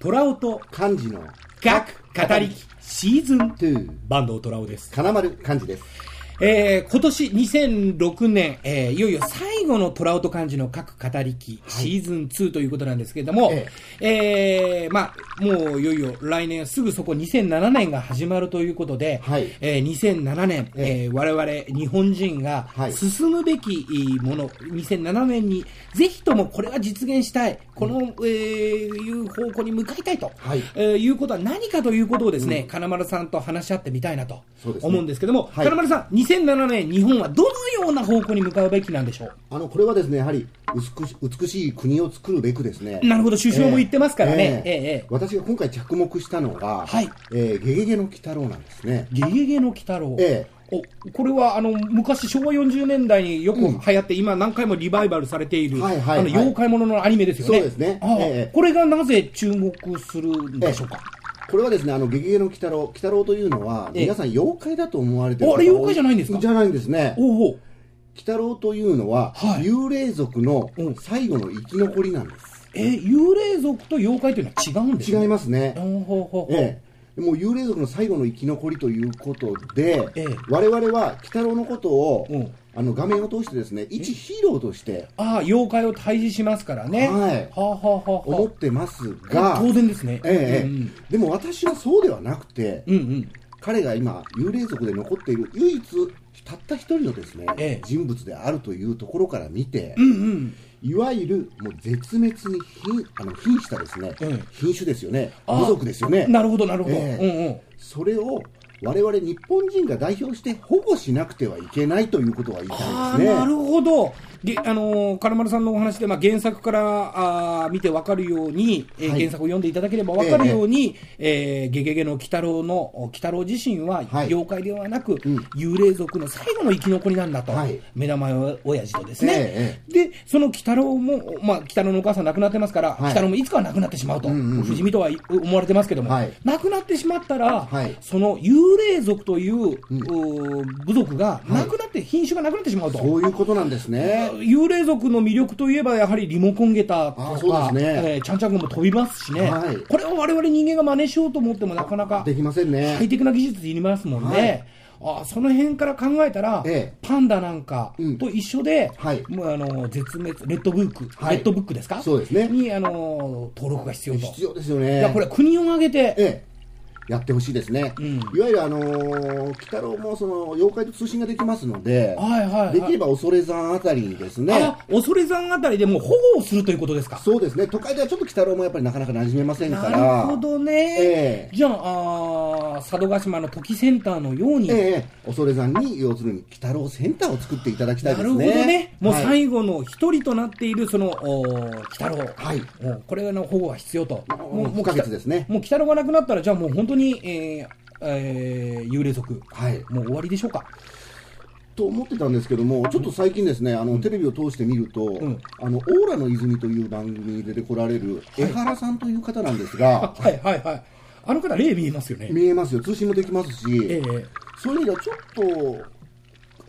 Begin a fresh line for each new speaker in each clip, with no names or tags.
トラオと
漢字の
逆語りシーズン
2
バンドトラオです。
金丸漢字です
えー、今年2006年、えー、いよいよ最後のトラウト漢字の各語り機、シーズン2ということなんですけれども、
え
えーまあ、もういよいよ来年すぐそこ2007年が始まるということで、
はい
えー2007年、
え
えー我々日本人が
はい
進むべきもの、2007年にぜひともこれは実現したい、この、えーいう方向に向かいたいと、
はい
えーいうことは何かということをですね、金丸さんと話し合ってみたいなと
そうですね
思うんですですけども、
はい
金丸さん、2007年、日本はどのような方向に向かうべきなんでしょう、
あのこれはですねやはり美し美しい国を作るべくですね
なるほど首相も言ってますからね
ええ
ええええ
私が今回着目したのが「
はい
えーゲゲゲの鬼太郎」なんですね
ゲゲゲの鬼太郎、
ええ
おこれはあの昔、昭和40年代によく流行って、今、何回もリバイバルされている、
はいはいはい
あの妖怪もののアニメですよね、
そうですね
ああ
ええ
これがなぜ注目するんでしょうか。
これはですね、あの、ゲゲゲの鬼太郎、鬼太郎というのは、
ええ
皆さん妖怪だと思われてる
あれ妖怪じゃないんですか
じゃないんですね。鬼
おうおう
太郎というのは、
はい
幽霊族の
うん
最後の生き残りなんです。
え幽霊族と妖怪というのは違うんです
違い
ま
ますね。
ほうほうほう
ええ、もう幽霊族の最後の生き残りということで、
ええ
我々は鬼太郎のことを、
うん
あの画面を通してですね一ヒーローとして
ああ妖怪を退治しますからね、
はい
はあ、はあはあはあ
思ってますが、
当然ですね、
ええええ
うん
でも私はそうではなくて、
うんうん、
彼が今幽霊族で残っている唯一たった一人のですね、
ええ
人物であるというところから見て、
うんうん、
いわゆるもう絶滅に瀕あの瀕したですね、
ええ
品種ですよね
ああ
部族ですよね
なるほど、なるほど。
ええ
うんうん。
それを我々日本人が代表して保護しなくてはいけないということが言い
ああ、
たいですね。
なるほど。で、あのー、金丸さんのお話で、まあ、原作から、あー見てわかるように、えー
はい
原作を読んでいただければわかるように、えーゲゲゲの鬼太郎の、お鬼太郎自身は、
はい
妖怪ではなく、
ん
幽霊族の最後の生き残りなんだと、
はい
目玉親父とですね。
え
で、その鬼太郎も、まあ、鬼太郎のお母さん亡くなってますから、
い
鬼太郎もいつかは亡くなってしまうと、
うんうんうん
不死身とは思われてますけども、
はい
亡くなってしまったら、
はい
その幽霊族という、お
ん
部族がなくなって、品種がなくなってしまうと。
そういうことなんですね。
幽霊族の魅力といえば、やはりリモコン下駄と
あ
か、
そうですね
えーちゃんちゃんこも飛びますしね、
はい
これを我々人間が真似しようと思っても、なかなか
できませんね。
ハイテクな技術いりますもんね。あその辺から考えたら、
ええ
パンダなんか
うん
と一緒で、
はい
もうあの絶滅、レッドブック、
はい
レッドブックですか
そうですね
にあの登録が必要と。
必要ですよ
い
ね。
やこれは国を挙げて、
ええ、やってほしいですね。
うん
いわゆるあのー鬼太郎もその妖怪と通信ができますので、
はいはいはい
できれば恐山あたりにですね。
あ恐山あたりでもう保護をするということですか。
そうですね。都会ではちょっと鬼太郎もやっぱりなかなか馴染めませんから。
なるほどね
え。え
じゃああー、佐渡島の時センターのように、
ええ、恐山に要するに鬼太郎センターを作っていただきたい
な
です
る
ね。
ほどね。もう
はい
最後の一人となっている、その、お鬼太郎。
はい
もうこれの保護が必要と。も
もう不可欠ですね
もう鬼太郎がなくなったら、じゃあもう本当に、えーえー幽霊族。
はい
もう終わりでしょうか。
と思ってたんですけども、ちょっと最近ですね、あのテレビを通して見ると、
ん
あのオーラの泉という番組に出てこられる江原さんという方なんですが、
はいはいはい。あの方、霊見えますよね。
見えますよ、通信もできますし、
ええ
そういう意味ではちょっと、鬼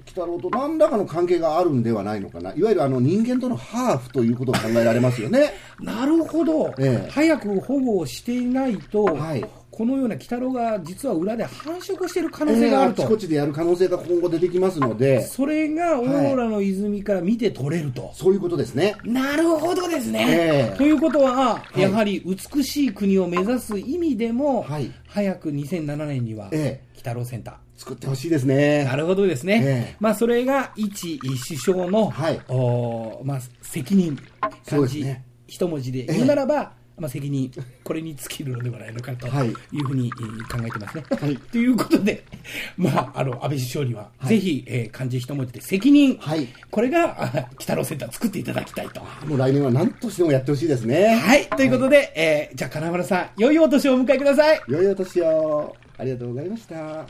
太郎と何らかの関係があるんではないのかな、いわゆるあの人間とのハーフということが考えられますよね。
なるほど、
ええ
早く保護をしていないと、
はい
このような鬼太郎が実は裏で繁殖してい る可能性
ええ
があ
あ
ると、
ちこちでやる可能性が今後出てきますので、
それがオーラの泉から見て取れると。
そういうことですね。
なるほどですね。
ええ
ということは、
い
やはり美しい国を目指す意味でも、
はい
早く2007年には、
え
鬼太郎センター。
作ってほしいですね。
なるほどですね。
ええ
まあ、それが一首相の、
はい
おーまあ、責任、
そう
漢
です
字、
ね
一文字で言うならば、まあ、責任、これに尽きるのではないのかと
はい
いうふうにえー考えてますね。
はい
ということで、まあ、あの安倍首相には、ぜひ、えー漢字一文字で責任、
はい
これがあ鬼太郎センター作っていただきたいと。
もう来年は何としてもやってほしいですね。
はい、ということで、えーじゃあ金丸さん、良いお年をお迎えください。
良いお年を。ありがとうございました。